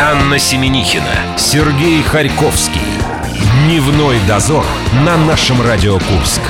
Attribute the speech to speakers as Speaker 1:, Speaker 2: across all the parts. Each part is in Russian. Speaker 1: Анна Семенихина, Сергей Харьковский. Дневной дозор на нашем Радио Курск.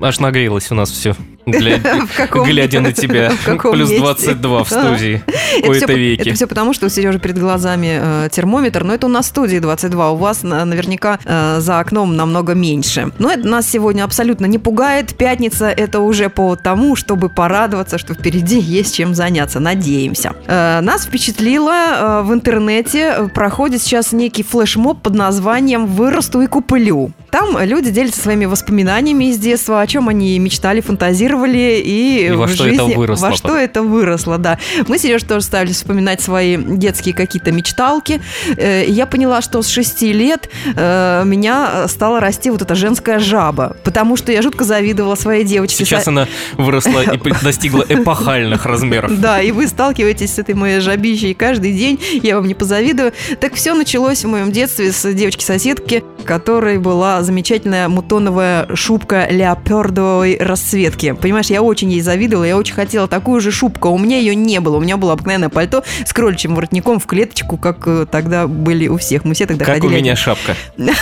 Speaker 2: Аж нагрелось у нас все. Гля-
Speaker 3: В каком-
Speaker 2: Глядя на тебя.
Speaker 3: в каком
Speaker 2: Плюс
Speaker 3: месте?
Speaker 2: 22 в
Speaker 3: Да.
Speaker 2: студии. У
Speaker 3: Это все,
Speaker 2: этой веки.
Speaker 3: это все потому, что у Сережи перед глазами э, термометр, но это у нас в студии 22, у вас на- наверняка э, за окном намного меньше. Но это нас сегодня абсолютно не пугает. Пятница – это уже повод тому, чтобы порадоваться, что впереди есть чем заняться. Надеемся. Э, нас впечатлило э, в интернете э, проходит сейчас некий флешмоб под названием «Вырасту и куплю». Там люди делятся своими воспоминаниями из детства, о чем они мечтали, фантазировали и,
Speaker 2: И во
Speaker 3: в
Speaker 2: что это
Speaker 3: жизни,
Speaker 2: выросло
Speaker 3: во что
Speaker 2: потом.
Speaker 3: это выросло, да. Мы, Сереж, тоже стали вспоминать свои детские какие-то мечталки. Э, и Я поняла, что с 6 лет э, у меня стала расти вот эта женская жаба, потому что я жутко завидовала своей девочке.
Speaker 2: Сейчас
Speaker 3: Со-
Speaker 2: она выросла и при- достигла эпохальных размеров.
Speaker 3: Да, и вы сталкиваетесь с этой моей жабищей каждый день, я вам не позавидую. Так все началось в моем детстве с девочки-соседки, которой была замечательная мутоновая шубка леопердовой расцветки. Понимаешь, я очень ей завидовала, я очень хотела такую же шубку, а у меня ее не было. У меня было обыкновенное пальто с кроличьим воротником в клеточку, как э, тогда были у всех. Мы все тогда
Speaker 2: Как у
Speaker 3: ходили
Speaker 2: меня шапка.
Speaker 3: Да.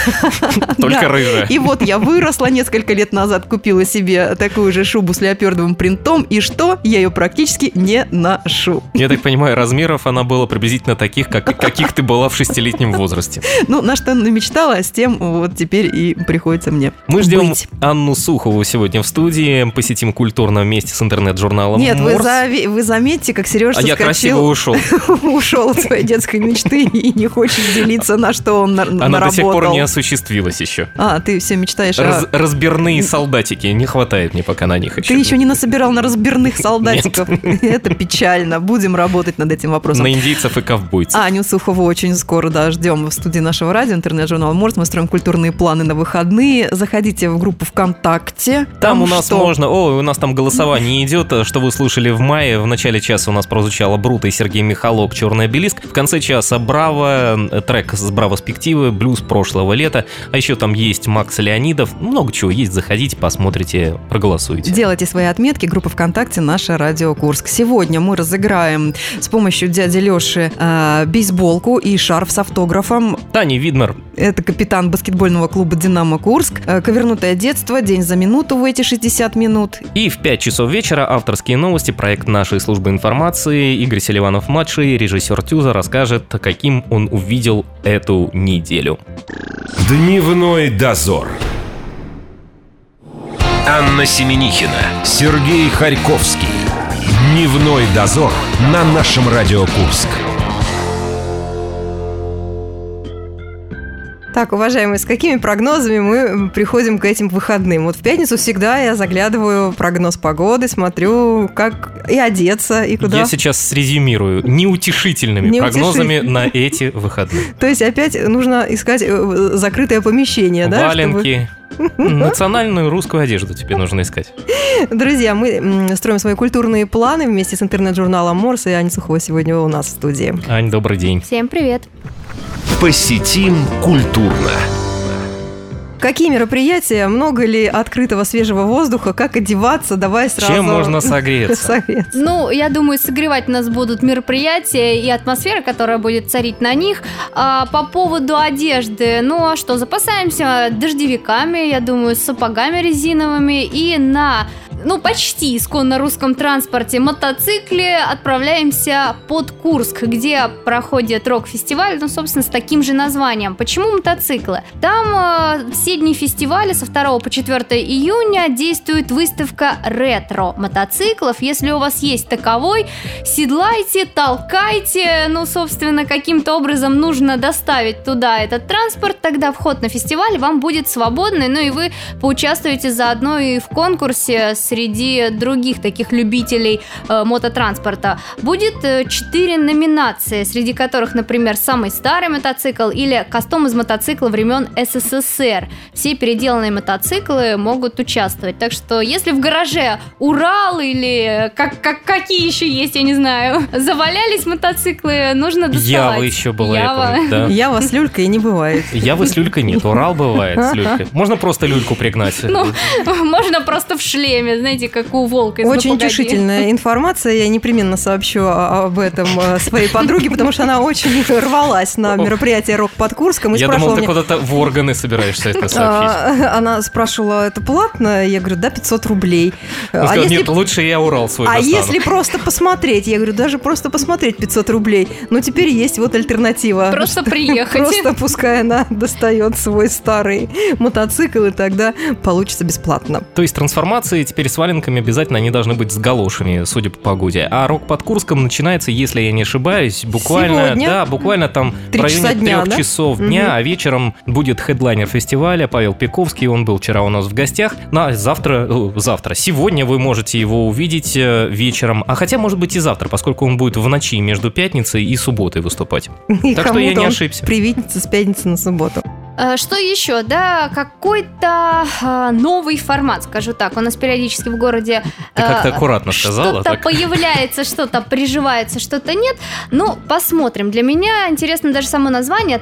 Speaker 2: Только рыжая.
Speaker 3: и вот я выросла несколько лет назад, купила себе такую же шубу с леопердовым принтом, и что? Я ее практически не ношу.
Speaker 2: Я так понимаю, размеров она была приблизительно таких, как, каких ты была в шестилетнем возрасте.
Speaker 3: Ну, на что намечтала, с тем вот теперь и приходится мне
Speaker 2: Мы ждем
Speaker 3: быть.
Speaker 2: Анну Сухову сегодня в студии. Посетим культурно вместе с интернет-журналом
Speaker 3: Нет, вы,
Speaker 2: «Морс».
Speaker 3: зави- вы заметьте, как Сережа
Speaker 2: А я красиво
Speaker 3: соскочил,
Speaker 2: ушел.
Speaker 3: ушел от своей детской мечты и не хочет делиться, на что он на-
Speaker 2: Она до сих
Speaker 3: наработал.
Speaker 2: пор не осуществилась еще.
Speaker 3: А, ты все мечтаешь о-
Speaker 2: Раз- разбирные солдатики. Не хватает мне пока на них еще.
Speaker 3: Ты еще не насобирал на разбирных солдатиков. Это печально. Будем работать над этим вопросом.
Speaker 2: На индейцев и ковбойцев.
Speaker 3: Аню Сухову очень скоро, да, ждем в студии нашего радио, интернет-журнал «Морс». Мы строим культурные планы на выходные. Заходите в группу ВКонтакте.
Speaker 2: Там у нас
Speaker 3: что?
Speaker 2: можно... О, у нас там голосование идет, э, что вы слушали в мае. В начале часа у нас прозвучало Брута и Сергей Михалок «Черный обелиск». В конце часа «Браво», э, трек с «Браво Спективы», блюз прошлого лета. А еще там есть Макс Леонидов. Ну, Много чего есть. Заходите, посмотрите, проголосуйте.
Speaker 3: Делайте свои отметки. Группа ВКонтакте «Наша Радио Курск». Сегодня мы разыграем с помощью дяди Леши э, бейсболку и шарф с автографом.
Speaker 2: Таня Видмер,
Speaker 3: Это капитан баскетбольного клуба «Динамо Курск». Э, ковернутое детство, день за минуту в эти 60 минут.
Speaker 2: И в 5 часов вечера авторские новости, проект нашей службы информации. Игорь Селиванов-младший, режиссер Тюза, расскажет, каким он увидел эту неделю.
Speaker 1: Дневной дозор. Анна Семенихина, Сергей Харьковский. Дневной дозор на нашем Радио Курск.
Speaker 3: Так, уважаемые, с какими прогнозами мы приходим к этим выходным? Вот в пятницу всегда я заглядываю в прогноз погоды, смотрю, как и одеться, и куда.
Speaker 2: Я сейчас срезюмирую неутешительными прогнозами
Speaker 3: Неутешительными.
Speaker 2: на эти выходные.
Speaker 3: То есть опять нужно искать э, закрытое помещение, да? чтобы-
Speaker 2: Валенки, национальную русскую одежду тебе нужно искать.
Speaker 3: Друзья, мы м, строим свои культурные планы вместе с интернет-журналом Морс, и Аня Сухова сегодня у нас в студии.
Speaker 2: Ань, добрый день.
Speaker 4: Всем привет!
Speaker 1: Посетим культурно.
Speaker 3: Какие мероприятия, много ли открытого свежего воздуха, как одеваться, давай сразу...
Speaker 2: Чем можно согреться?
Speaker 3: совет?
Speaker 4: Ну, я думаю, согревать нас будут мероприятия и атмосфера, которая будет царить на них. А, по поводу одежды, ну а что, запасаемся дождевиками, я думаю, сапогами резиновыми и на, ну, почти исконно русском транспорте мотоцикле отправляемся под Курск, где проходит рок-фестиваль, ну, собственно, с таким же названием. Почему мотоциклы? Там э, все дни фестиваля со 2 по 4 июня действует выставка ретро мотоциклов. Если у вас есть таковой, седлайте, толкайте. Ну, собственно, каким-то образом нужно доставить туда этот транспорт. Тогда вход на фестиваль вам будет свободный. Ну и вы поучаствуете заодно и в конкурсе среди других таких любителей э, мототранспорта. Будет э, четыре номинации, среди которых, например, самый старый мотоцикл или кастом из мотоцикла времен СССР. Все переделанные мотоциклы могут участвовать. Так что, если в гараже Урал или э, как, как, какие еще есть, я не знаю, завалялись мотоциклы, нужно доставать.
Speaker 2: Ява еще была, я
Speaker 4: Ява.
Speaker 2: помню, да.
Speaker 3: Я вас люлькой не бывает.
Speaker 2: Явы с люлькой нет, Урал бывает с люлькой. Можно просто люльку пригнать.
Speaker 4: Ну, можно просто в шлеме знаете, как у волка из «Ну,
Speaker 3: Очень
Speaker 4: погоди».
Speaker 3: утешительная информация. Я непременно сообщу о- об этом э, своей подруге, потому что она очень рвалась на мероприятие «Рок под Курском» и
Speaker 2: Я думал,
Speaker 3: спрашивала
Speaker 2: ты
Speaker 3: меня,
Speaker 2: куда-то в органы собираешься это сообщить.
Speaker 3: а, Она спрашивала, это платно? Я говорю, да, 500 рублей.
Speaker 2: Он
Speaker 3: А
Speaker 2: сказал,
Speaker 3: если
Speaker 2: нет, лучше я Урал свой
Speaker 3: А
Speaker 2: достану».
Speaker 3: если просто посмотреть? Я говорю, даже просто посмотреть 500 рублей. Ну, теперь есть вот альтернатива.
Speaker 4: Просто приехать.
Speaker 3: Просто пускай она достает свой старый мотоцикл, и тогда получится бесплатно.
Speaker 2: То есть трансформации теперь с валенками обязательно они должны быть с галошами, судя по погоде. А рок под Курском начинается, если я не ошибаюсь, буквально,
Speaker 3: Сегодня?
Speaker 2: да, буквально там в
Speaker 3: Три
Speaker 2: районе
Speaker 3: часа дня,
Speaker 2: трех
Speaker 3: да?
Speaker 2: часов дня,
Speaker 3: Мгм.
Speaker 2: а вечером будет хедлайнер фестиваля Павел Пиковский, он был вчера у нас в гостях. На завтра, э, завтра, сегодня вы можете его увидеть э, вечером, а хотя может быть и завтра, поскольку он будет в ночи между пятницей и субботой выступать.
Speaker 3: И
Speaker 2: Так что я
Speaker 3: кому-то
Speaker 2: не
Speaker 3: он
Speaker 2: ошибся.
Speaker 3: Привидится с пятницы на субботу.
Speaker 4: Э, Что еще? Да, какой-то э, новый формат, скажу так. У нас периодически в городе
Speaker 2: Ты
Speaker 4: э,
Speaker 2: как-то аккуратно сказала.
Speaker 4: что-то
Speaker 2: так.
Speaker 4: появляется, что-то приживается, что-то нет. Ну, посмотрим. Для меня интересно даже само название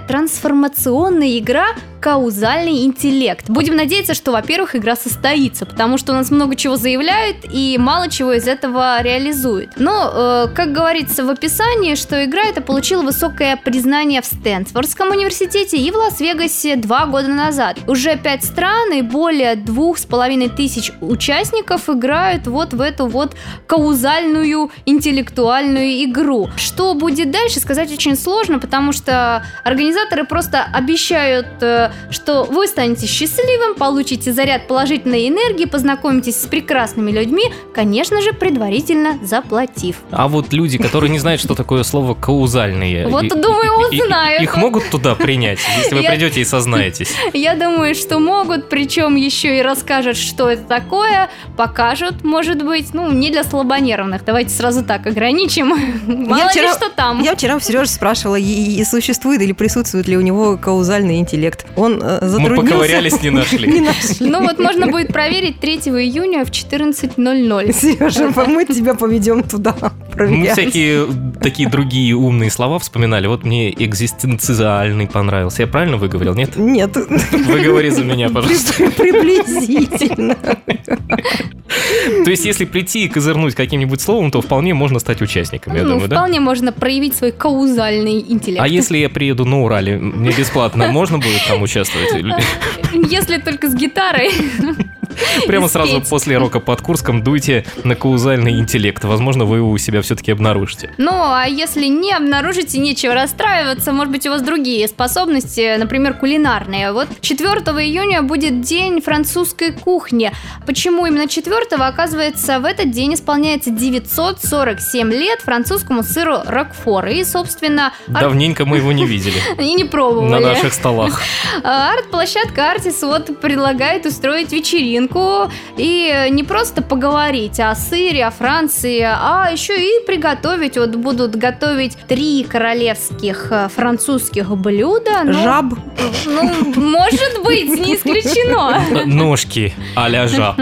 Speaker 4: «Трансформационная игра. Каузальный интеллект». Будем надеяться, что, во-первых, игра состоится, потому что у нас много чего заявляют и мало чего из этого реализует. Но, э, как говорится в описании, что игра эта получила высокое признание в Стэнфордском университете и в Лас-Вегасе два года назад. Уже пять стран и более двух с половиной тысяч участников играют вот в эту вот каузальную интеллектуальную игру. Что будет дальше, сказать очень сложно, потому что организаторы просто обещают, э, что вы станете счастливым, получите заряд положительной энергии, познакомитесь с прекрасными людьми, конечно же, предварительно заплатив.
Speaker 2: А вот люди, которые не знают, что такое слово «каузальные»,
Speaker 4: Вот,
Speaker 2: Э, и-
Speaker 4: думаю,
Speaker 2: и- и-
Speaker 4: узнают.
Speaker 2: Их могут туда принять, если вы
Speaker 4: Я-
Speaker 2: придете и сознаетесь.
Speaker 4: Я думаю, что могут, причем еще и расскажут, что это такое, покажут, может быть, ну, не для слабонервных, давайте сразу так ограничим, мало ли
Speaker 3: вчера-
Speaker 4: что там.
Speaker 3: Я вчера у Сережи спрашивала, и- и- и существует или присутствует ли у него каузальный интеллект. Он э,
Speaker 2: Мы
Speaker 3: затруднился.
Speaker 2: поковырялись, не
Speaker 3: Не
Speaker 2: нашли.
Speaker 3: нашли.
Speaker 4: Ну вот можно будет проверить 3 июня в 14.00.
Speaker 3: Сережа, мы тебя поведем туда.
Speaker 2: Мы
Speaker 3: проверять.
Speaker 2: Ну, всякие такие другие умные слова вспоминали. Вот мне экзистенциальный понравился. Я правильно выговорил, нет?
Speaker 3: Нет.
Speaker 2: Выговори за меня, пожалуйста.
Speaker 3: При- Приблизительно.
Speaker 2: То есть, если прийти и козырнуть каким-нибудь словом, то вполне можно стать участником, я
Speaker 4: ну,
Speaker 2: думаю, да?
Speaker 4: вполне можно проявить свой каузальный интеллект.
Speaker 2: А если я приеду на Урале, мне бесплатно можно будет там участвовать? Или-
Speaker 4: Если только с гитарой.
Speaker 2: Прямо
Speaker 4: И
Speaker 2: сразу
Speaker 4: спеть.
Speaker 2: после рока под Курском дуйте на каузальный интеллект. Возможно, вы его у себя все-таки обнаружите.
Speaker 4: Ну, а если не обнаружите, нечего расстраиваться, может быть, у вас другие способности, например, кулинарные. Вот 4 июня будет день французской кухни. Почему именно 4 Оказывается, в этот день исполняется 947 лет французскому сыру Рокфор. И, собственно, ар-
Speaker 2: Давненько мы его не видели
Speaker 4: и не пробовали.
Speaker 2: на наших столах.
Speaker 4: А Арт-площадка Артис вот предлагает устроить вечеринку и э, не просто поговорить о сыре, о Франции, а еще и приготовить. Вот будут готовить три королевских э, французских блюда. Ну,
Speaker 3: Жаб.
Speaker 4: ну, может быть, не исключено.
Speaker 2: Ножки а-ля жаб.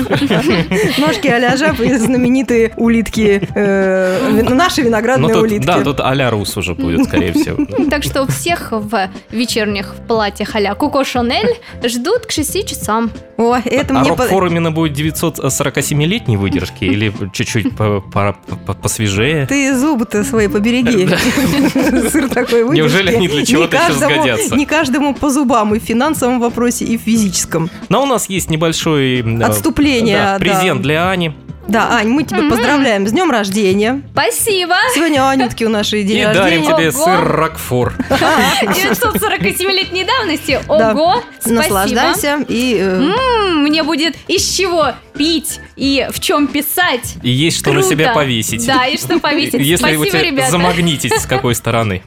Speaker 3: Ножки а-ля жаб и знаменитые улитки. э, ви- Наши
Speaker 2: Ну,
Speaker 3: виноградные
Speaker 2: тут-
Speaker 3: улитки.
Speaker 2: да, тут а-ля рус уже будет, скорее всего.
Speaker 4: Так что всех в вечерних платьях а-ля Коко Шанель ждут к 6 часам.
Speaker 3: Ой, это
Speaker 2: а
Speaker 3: мне...
Speaker 2: Рок
Speaker 3: по-
Speaker 2: Фор именно будет 947-летней выдержки или чуть-чуть по- по- по- посвежее?
Speaker 3: Ты зубы-то свои побереги. Сыр такой выдержки.
Speaker 2: Неужели они для
Speaker 3: Не
Speaker 2: чего-то сейчас
Speaker 3: каждому-
Speaker 2: годятся?
Speaker 3: Не каждому по зубам и в финансовом вопросе, и в физическом.
Speaker 2: Но у нас есть небольшой... э,
Speaker 3: Отступление,
Speaker 2: да,
Speaker 3: да.
Speaker 2: Презент для Ани.
Speaker 3: Да, Ань, мы тебя поздравляем с днем рождения.
Speaker 4: Спасибо!
Speaker 3: Сегодня у Анютки у нашей
Speaker 2: И
Speaker 3: день
Speaker 2: дарим
Speaker 3: рождения.
Speaker 2: тебе
Speaker 4: Ого.
Speaker 2: сыр Рокфор.
Speaker 4: 947-летней давности.
Speaker 3: Да.
Speaker 4: Ого! Спасибо! Ну,
Speaker 3: Наслаждайся и... э,
Speaker 4: М, Хм, мне будет из чего пить и в чем писать.
Speaker 2: И есть что на
Speaker 4: Круто.
Speaker 2: себя повесить.
Speaker 4: Да, и что повесить.
Speaker 2: Если
Speaker 4: Спасибо,
Speaker 2: у тебя
Speaker 4: ребята.
Speaker 2: замагнитить, с какой стороны.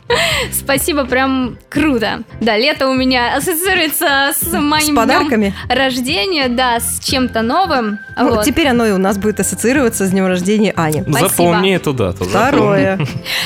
Speaker 4: Спасибо, прям круто. Да, лето у меня ассоциируется с моим
Speaker 3: С подарками.
Speaker 4: днем рождения, да, с чем-то новым.
Speaker 3: Ну,
Speaker 4: Вот.
Speaker 3: Теперь оно и у нас будет ассоциироваться с днем рождения Ани.
Speaker 2: Ну,
Speaker 4: Спасибо.
Speaker 2: Запомни эту дату. запомни.
Speaker 3: Второе.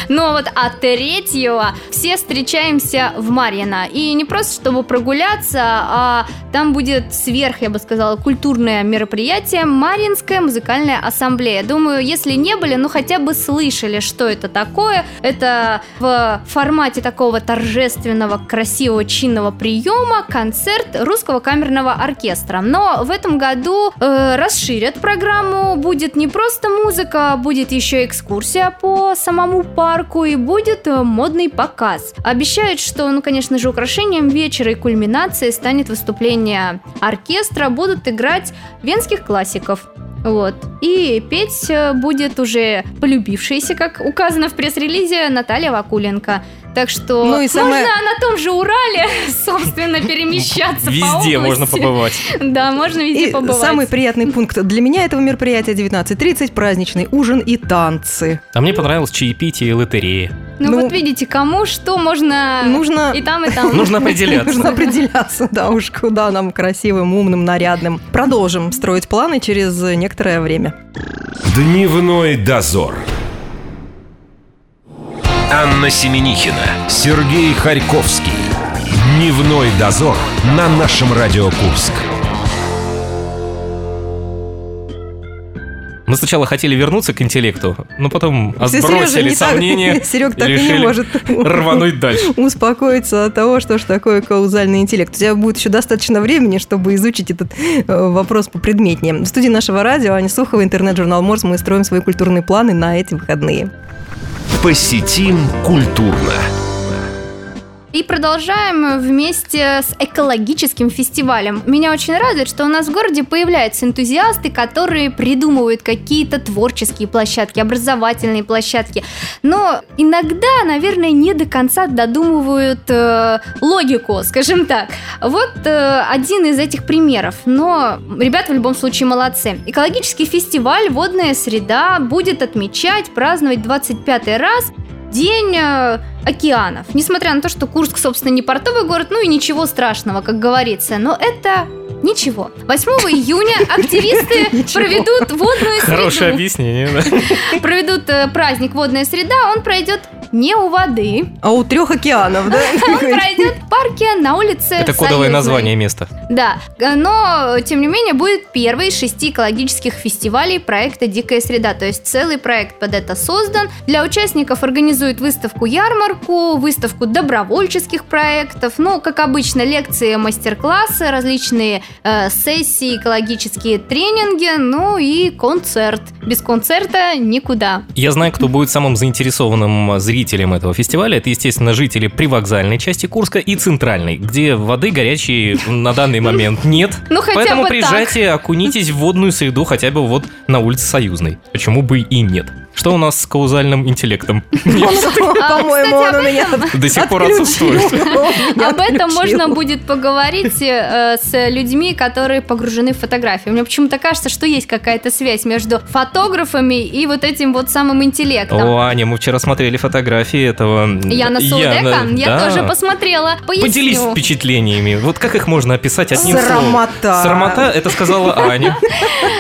Speaker 4: Ну вот, а третьего все встречаемся в Марьино. И не просто, чтобы прогуляться, а там будет сверх, я бы сказала, культурное мероприятие мероприятие Маринская музыкальная ассамблея. Думаю, если не были, ну хотя бы слышали, что это такое. Это в формате такого торжественного, красивого, чинного приема концерт русского камерного оркестра. Но в этом году э, расширят программу. Будет не просто музыка, будет еще экскурсия по самому парку и будет э, модный показ. Обещают, что, ну, конечно же, украшением вечера и кульминацией станет выступление оркестра. Будут играть венских классиков. Вот. И петь э, будет уже полюбившаяся, как указано в пресс-релизе, Наталья Вакуленко. Так что
Speaker 3: Ну и самое-
Speaker 4: можно на том же Урале, собственно, перемещаться по
Speaker 2: Везде можно
Speaker 4: области.
Speaker 2: побывать.
Speaker 4: Да, можно везде
Speaker 3: И
Speaker 4: побывать.
Speaker 3: самый приятный пункт для меня этого мероприятия 19.30, праздничный ужин и танцы.
Speaker 2: А мне понравилось чаепитие и лотерея.
Speaker 4: Ну,
Speaker 3: ну,
Speaker 4: вот видите, кому что можно
Speaker 3: Нужно
Speaker 4: и там, и там.
Speaker 2: Нужно определяться.
Speaker 3: Нужно определяться, да уж, куда нам красивым, умным, нарядным. Продолжим строить планы через некоторое время.
Speaker 1: Дневной дозор. Анна Семенихина, Сергей Харьковский. Дневной дозор на нашем Радио Курск.
Speaker 2: Мы сначала хотели вернуться к интеллекту, но потом
Speaker 3: Сережа
Speaker 2: отбросили
Speaker 3: не так-
Speaker 2: сомнения
Speaker 3: Серег
Speaker 2: и
Speaker 3: так и не
Speaker 2: решили
Speaker 3: может
Speaker 2: рвануть дальше.
Speaker 3: успокоиться от того, что ж такое каузальный интеллект. У тебя будет еще достаточно времени, чтобы изучить этот э, вопрос попредметнее. В студии нашего радио Аня Сухова, интернет-журнал «Морс» мы строим свои культурные планы на эти выходные.
Speaker 1: Посетим культурно.
Speaker 4: И продолжаем вместе с экологическим фестивалем. Меня очень радует, что у нас в городе появляются энтузиасты, которые придумывают какие-то творческие площадки, образовательные площадки. Но иногда, наверное, не до конца додумывают э, логику, скажем так. Вот э, один из этих примеров. Но ребята в любом случае молодцы. Экологический фестиваль «Водная среда» будет отмечать, праздновать 25 раз День э, океанов. Несмотря на то, что Курск, собственно, не портовый город, ну и ничего страшного, как говорится, но это ничего. 8 июня активисты
Speaker 3: Ничего.
Speaker 4: проведут водную
Speaker 2: Хорошее
Speaker 4: среду.
Speaker 2: объяснение, да?
Speaker 4: Проведут э, праздник «Водная среда», он пройдет не у воды,
Speaker 3: А у трех океанов, да?
Speaker 4: он пройдет в парке на улице
Speaker 2: Это кодовое
Speaker 4: Союзной.
Speaker 2: название места.
Speaker 4: Да, э, но, э, тем не менее, будет первый из шести экологических фестивалей проекта «Дикая среда». То есть целый проект под это создан. Для участников организуют выставку-ярмарку, выставку добровольческих проектов, ну, как обычно, лекции, мастер-классы, различные э, сессии, экологические тренинги, ну и концерт. Без концерта никуда.
Speaker 2: Я знаю, кто будет самым заинтересованным зрителем этого фестиваля. Это, естественно, жители привокзальной части Курска и центральной, где воды горячей на данный момент нет.
Speaker 4: Ну, хотя
Speaker 2: Поэтому
Speaker 4: бы так.
Speaker 2: приезжайте, окунитесь в водную среду хотя бы вот на улице Союзной. Почему бы и нет? Что у нас с каузальным интеллектом?
Speaker 3: По-моему,
Speaker 4: А,
Speaker 3: он
Speaker 4: кстати,
Speaker 3: у
Speaker 4: об
Speaker 3: меня
Speaker 2: До сих пор
Speaker 3: отключил.
Speaker 2: отсутствует.
Speaker 3: Он меня
Speaker 4: Об этом
Speaker 3: отключил.
Speaker 4: можно будет поговорить э, с людьми, которые погружены в фотографии. Мне почему-то кажется, что есть какая-то связь между фотографами и вот этим вот самым интеллектом.
Speaker 2: О, Аня, мы вчера смотрели фотографии этого...
Speaker 4: Яна Саудека, я
Speaker 2: да.
Speaker 4: тоже посмотрела. Поясню.
Speaker 2: Поделись впечатлениями. Вот как их можно описать одним словом?
Speaker 3: Срамота.
Speaker 2: Срамота, это сказала Аня.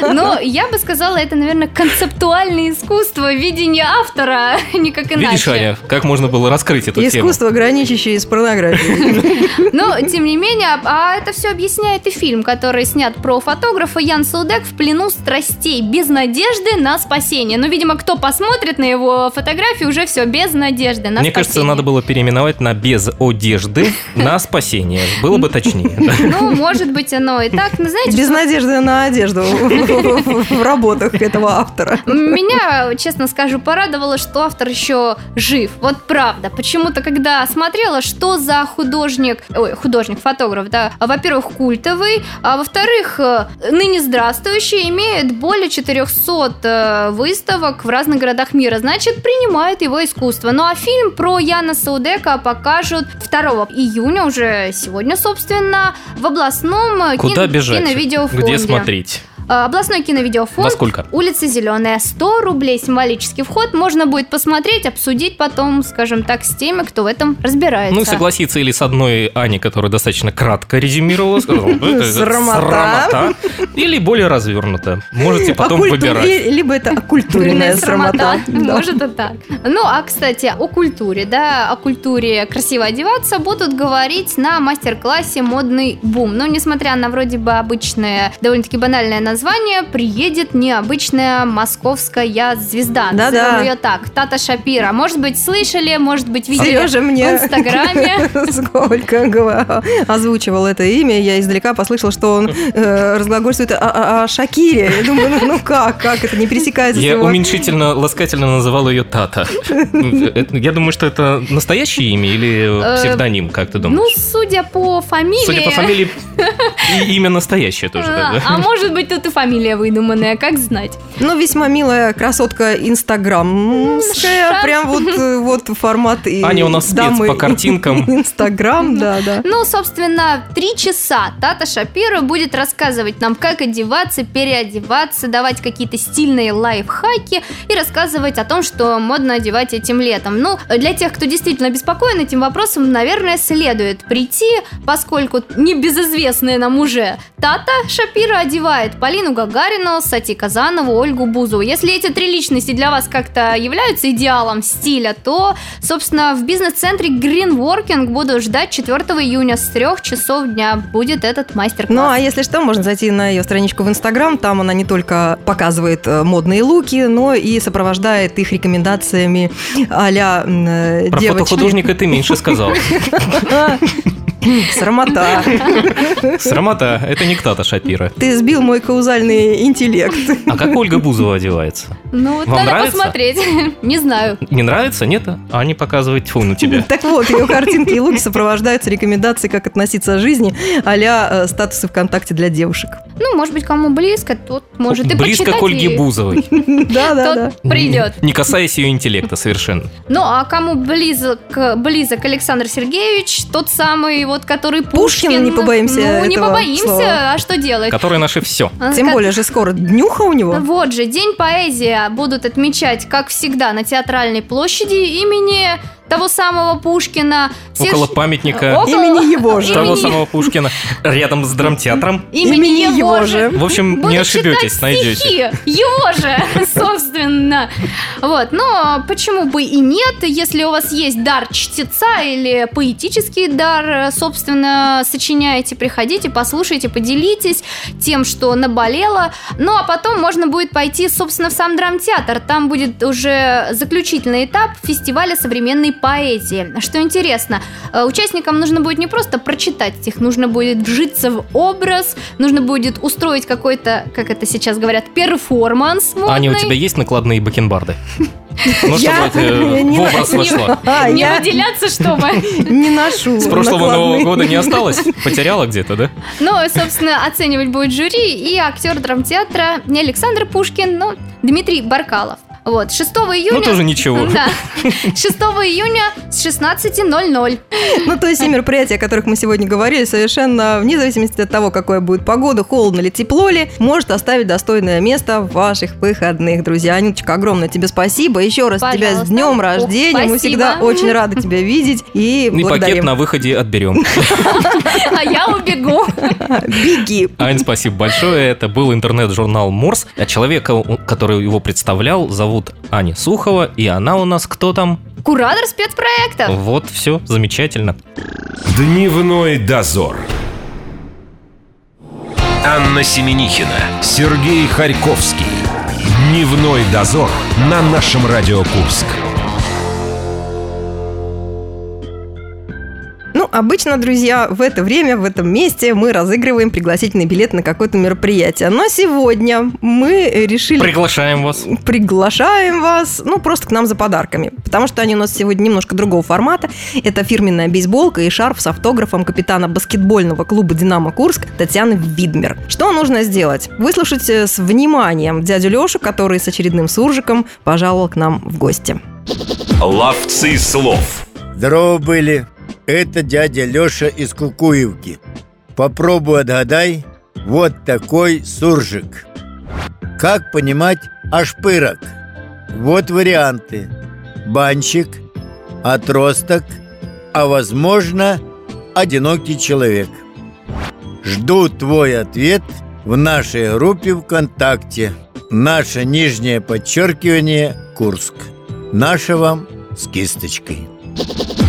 Speaker 4: Но я бы сказала, это, наверное, концептуальное искусство, видение автора, никак иначе.
Speaker 2: Видишь, Аня, как можно было раскрыть эту тему?
Speaker 3: Искусство, граничащее с порнографией.
Speaker 4: Но, тем не менее, а это все объясняет и фильм, который снят про фотографа Ян Судек в плену страстей, без надежды на спасение. Ну, видимо, кто посмотрит на его фотографии, уже все, без надежды на
Speaker 2: Мне
Speaker 4: спасение.
Speaker 2: кажется, надо было переименовать на без одежды на спасение. Было бы точнее.
Speaker 4: Ну, может быть, оно и так. Ну, знаете,
Speaker 3: Без
Speaker 4: что
Speaker 3: надежды на одежду в работах этого автора.
Speaker 4: Меня, честно скажу, порадовало, что автор еще жив. Вот правда. Почему-то, когда смотрела, что за художник, ой, художник, фотограф, да, а, во-первых, культовый, а во-вторых, э, ныне здравствующий, имеет более 400 э, выставок в разных городах мира. Значит, принимает его искусство. Ну а фильм про Яна Саудека покажут 2 июня, уже сегодня, собственно, в областном э,
Speaker 2: Куда
Speaker 4: кин-
Speaker 2: бежать?
Speaker 4: киновидеофонде.
Speaker 2: Где смотреть?
Speaker 4: А, Областной киновидеофонд.
Speaker 2: Во сколько?
Speaker 4: Улица Зеленая. 100 рублей символический вход. Можно будет посмотреть, обсудить потом, скажем так, с теми, кто в этом разбирается.
Speaker 2: Ну и согласиться или с одной Аней, которая достаточно кратко резюмировала, сказала, «Вот это
Speaker 3: Срамота».
Speaker 2: срамота», или более развернуто. Можете потом
Speaker 3: Оккульту-
Speaker 2: выбирать.
Speaker 3: А и- Либо это культурная срамота. Да.
Speaker 4: Может и так. Ну, а, кстати, о культуре, да, о культуре красиво одеваться будут говорить на мастер-классе «Модный бум». Но, несмотря на вроде бы обычное, довольно-таки банальное название приедет необычная московская звезда.
Speaker 3: Да-да.
Speaker 4: Назовем ее так, Тата Шапира. Может быть, слышали, может быть, видели
Speaker 3: Сережа мне
Speaker 4: в Инстаграме.
Speaker 3: сколько гва- озвучивал это имя, я издалека послышала, что он э, разглагольствует о, о- о Шакире. Я думаю, ну, ну как, как это не пересекается с
Speaker 2: Я
Speaker 3: его...
Speaker 2: уменьшительно, ласкательно называл ее Тата. Ну, э, Это- Я думаю, что это настоящее имя или
Speaker 4: Э,
Speaker 2: псевдоним, как ты
Speaker 4: Ну,
Speaker 2: думаешь?
Speaker 4: судя по фамилии...
Speaker 2: Судя по фамилии, и имя настоящее тоже. да,
Speaker 4: а,
Speaker 2: да?
Speaker 4: а может быть, тут и фамилия выдуманная, как знать.
Speaker 3: Ну, весьма милая красотка инстаграмская, прям вот, э, вот формат и
Speaker 2: Аня у нас спец
Speaker 3: дамы
Speaker 2: по картинкам.
Speaker 3: Инстаграм, да, да.
Speaker 4: Ну, собственно, три часа Тата Шапира будет рассказывать нам, как одеваться, переодеваться, давать какие-то стильные лайфхаки и рассказывать о том, что модно одевать этим летом. Ну, для тех, кто действительно обеспокоен этим вопросом, наверное, следует прийти, поскольку небезызвестная нам уже Тата Шапира одевает Полину Гагарину, Сати Казанову, Ольгу Бузову. Если эти три личности для вас как-то являются идеалом стиля, то Собственно, в бизнес-центре Green Working буду ждать 4 июня с 3 часов дня. Будет этот мастер-класс.
Speaker 3: Ну, а если что, можно зайти на ее страничку в Инстаграм. Там она не только показывает э, модные луки, но и сопровождает их рекомендациями а-ля м,
Speaker 4: А,
Speaker 3: э,
Speaker 2: Про
Speaker 3: девочки.
Speaker 2: фотохудожника ты меньше сказал.
Speaker 3: Срамота.
Speaker 2: Срамота, это не Тата Шапира.
Speaker 3: Ты сбил мой каузальный интеллект.
Speaker 2: А как Ольга Бузова одевается?
Speaker 4: Ну, вот
Speaker 2: Вам
Speaker 4: надо
Speaker 2: нравится?
Speaker 4: посмотреть. Не знаю.
Speaker 2: Не нравится, нет? А не показывает тьфу на тебя.
Speaker 3: Так вот, ее картинки и луки сопровождаются рекомендацией, как относиться к жизни, а-ля э, статусы ВКонтакте для девушек.
Speaker 4: Ну, может быть, кому близко, тот может и
Speaker 2: Близко
Speaker 4: почитать
Speaker 2: к Ольге
Speaker 4: и
Speaker 2: Бузовой.
Speaker 3: Да, да,
Speaker 4: Тот
Speaker 3: да.
Speaker 4: придет.
Speaker 2: Не касаясь ее интеллекта совершенно.
Speaker 4: Ну, а кому близок, близок Александр Сергеевич, тот самый, вот, который Пушкин.
Speaker 3: Пушкин, не побоимся
Speaker 4: Ну, не
Speaker 3: этого
Speaker 4: побоимся,
Speaker 3: слова.
Speaker 4: а что делать?
Speaker 2: Которая наше все.
Speaker 3: Тем
Speaker 4: Как-
Speaker 3: более же скоро днюха у него.
Speaker 4: Вот же, День поэзии будут отмечать, как всегда, на Театральной площади имени того самого Пушкина. Все
Speaker 2: Около
Speaker 4: ж-
Speaker 2: памятника
Speaker 4: Около-
Speaker 3: Имени его же.
Speaker 2: того
Speaker 4: имени-
Speaker 2: самого Пушкина. Рядом с драмтеатром.
Speaker 4: имени, его, же.
Speaker 2: В общем,
Speaker 4: Будут
Speaker 2: не
Speaker 4: читать
Speaker 2: ошибетесь, найдете.
Speaker 4: стихи. Его же, собственно. Вот, но почему бы и нет, если у вас есть дар чтеца или поэтический дар, собственно, сочиняете, приходите, послушайте, поделитесь тем, что наболело. Ну, а потом можно будет пойти, собственно, в сам драмтеатр. Там будет уже заключительный этап фестиваля современной поэзии. Что интересно, э, участникам нужно будет не просто прочитать стих, нужно будет вжиться в образ, нужно будет устроить какой-то, как это сейчас говорят, перформанс модный.
Speaker 2: Аня, у тебя есть накладные бакенбарды? Ну,
Speaker 3: Я-
Speaker 2: чтобы ты
Speaker 3: не
Speaker 2: в образ
Speaker 3: ношу.
Speaker 2: вошла.
Speaker 3: А,
Speaker 4: Не
Speaker 3: я
Speaker 4: выделяться, что вы.
Speaker 3: не ношу
Speaker 2: С прошлого Нового
Speaker 3: накладные.
Speaker 2: года не осталось? Потеряла где-то, да?
Speaker 4: Ну, собственно, оценивать будет жюри и актер драмтеатра не Александр Пушкин, но Дмитрий Баркалов. Вот, 6 июня...
Speaker 2: Ну, тоже ничего.
Speaker 4: Да. 6 июня с 16.00.
Speaker 3: Ну, то есть все мероприятия, о которых мы сегодня говорили, совершенно вне зависимости от того, какая будет погода, холодно ли, тепло ли, может оставить достойное место в ваших выходных, друзья. Анюточка, огромное тебе спасибо. Еще раз тебя
Speaker 4: Пожалуйста.
Speaker 3: с днем
Speaker 4: Ох,
Speaker 3: рождения. мы
Speaker 4: спасибо.
Speaker 3: всегда очень рады тебя видеть и
Speaker 2: И пакет
Speaker 3: благодарим.
Speaker 2: на выходе отберем.
Speaker 4: А я убегу.
Speaker 3: А, Беги.
Speaker 2: Ань, спасибо большое. Это был интернет-журнал Морс. А человека, у- который его представлял, зовут Аня Сухова. И она у нас кто там?
Speaker 4: Куратор спецпроектов.
Speaker 2: Вот, все, замечательно.
Speaker 1: Дневной дозор. Анна Семенихина, Сергей Харьковский. Дневной дозор на нашем Радио Курск.
Speaker 3: Ну, обычно, друзья, в это время, в этом месте мы разыгрываем пригласительный билет на какое-то мероприятие. Но сегодня мы решили...
Speaker 2: Приглашаем вас.
Speaker 3: приглашаем вас, ну, просто к нам за подарками, потому что они у нас сегодня немножко другого формата. Это фирменная бейсболка и шарф с автографом капитана баскетбольного клуба «Динамо Курск» Татьяны Видмер. Что нужно сделать? Выслушать э, с вниманием дядю Лешу, который с очередным суржиком пожаловал к нам в гости.
Speaker 1: Ловцы слов.
Speaker 5: Здорово были. Это дядя Леша из Кукуевки. Попробуй отгадай. Вот такой суржик. Как понимать ашпырок? Вот варианты. Банщик, отросток, а возможно, одинокий человек. Жду твой ответ в нашей группе ВКонтакте. Наше нижнее подчеркивание Курск. Наше вам с кисточкой.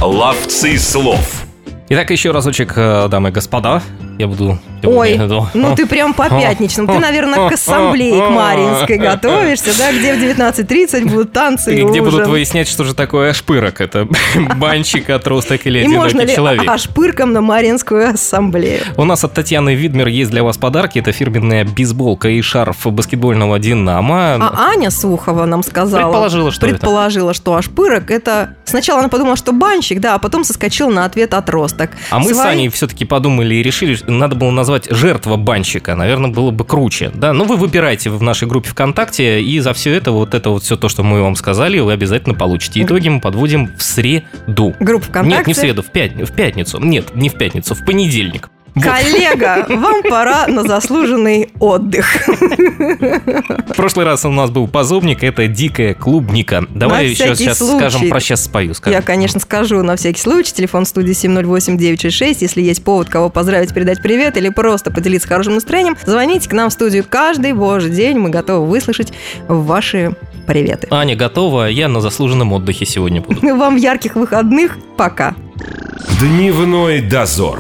Speaker 1: Ловцы слов.
Speaker 2: Итак, еще разочек, э, дамы и господа, я буду у
Speaker 3: Ой,
Speaker 2: меня дома.
Speaker 3: ну ты прям по пятничным. Ты, наверное, к ассамблее к Мариинской готовишься, да, где в 19.30 будут танцы и,
Speaker 2: И где будут
Speaker 3: ужин.
Speaker 2: выяснять, что же такое шпырок? Это банщик, отросток или
Speaker 3: И можно
Speaker 2: одинокий
Speaker 3: ли
Speaker 2: человек.
Speaker 3: ашпырком на Мариинскую ассамблею?
Speaker 2: У нас от Татьяны Видмер есть для вас подарки. Это фирменная бейсболка и шарф баскетбольного «Динамо».
Speaker 3: А Аня Сухова нам сказала.
Speaker 2: Предположила, что это.
Speaker 3: предположила, что ашпырок это... Сначала она подумала, что банщик, да, а потом соскочил на ответ отросток.
Speaker 2: А мы с
Speaker 3: Свои-
Speaker 2: Аней все-таки подумали и решили, что надо было назвать жертва банщика. Наверное, было бы круче. Да, ну вы выбирайте в нашей группе ВКонтакте, и за все это, вот это вот все то, что мы вам сказали, вы обязательно получите. Итоги мы подводим в среду.
Speaker 3: Группа ВКонтакте.
Speaker 2: Нет, не в среду, в, пят- в пятницу. Нет, не в пятницу, в понедельник. Вот.
Speaker 3: Коллега, вам пора на заслуженный отдых.
Speaker 2: В прошлый раз у нас был позовник, это дикая клубника. Давай
Speaker 3: На
Speaker 2: еще
Speaker 3: всякий
Speaker 2: сейчас
Speaker 3: случай.
Speaker 2: скажем про сейчас спою. Скажем.
Speaker 3: Я, конечно, скажу на всякий случай. Телефон студии 708-966. Если есть повод кого поздравить, передать привет или просто поделиться хорошим настроением, звоните к нам в студию каждый божий день. Мы готовы выслушать ваши приветы.
Speaker 2: Аня готова, я на заслуженном отдыхе сегодня буду.
Speaker 3: Вам ярких выходных. Пока.
Speaker 1: Дневной дозор.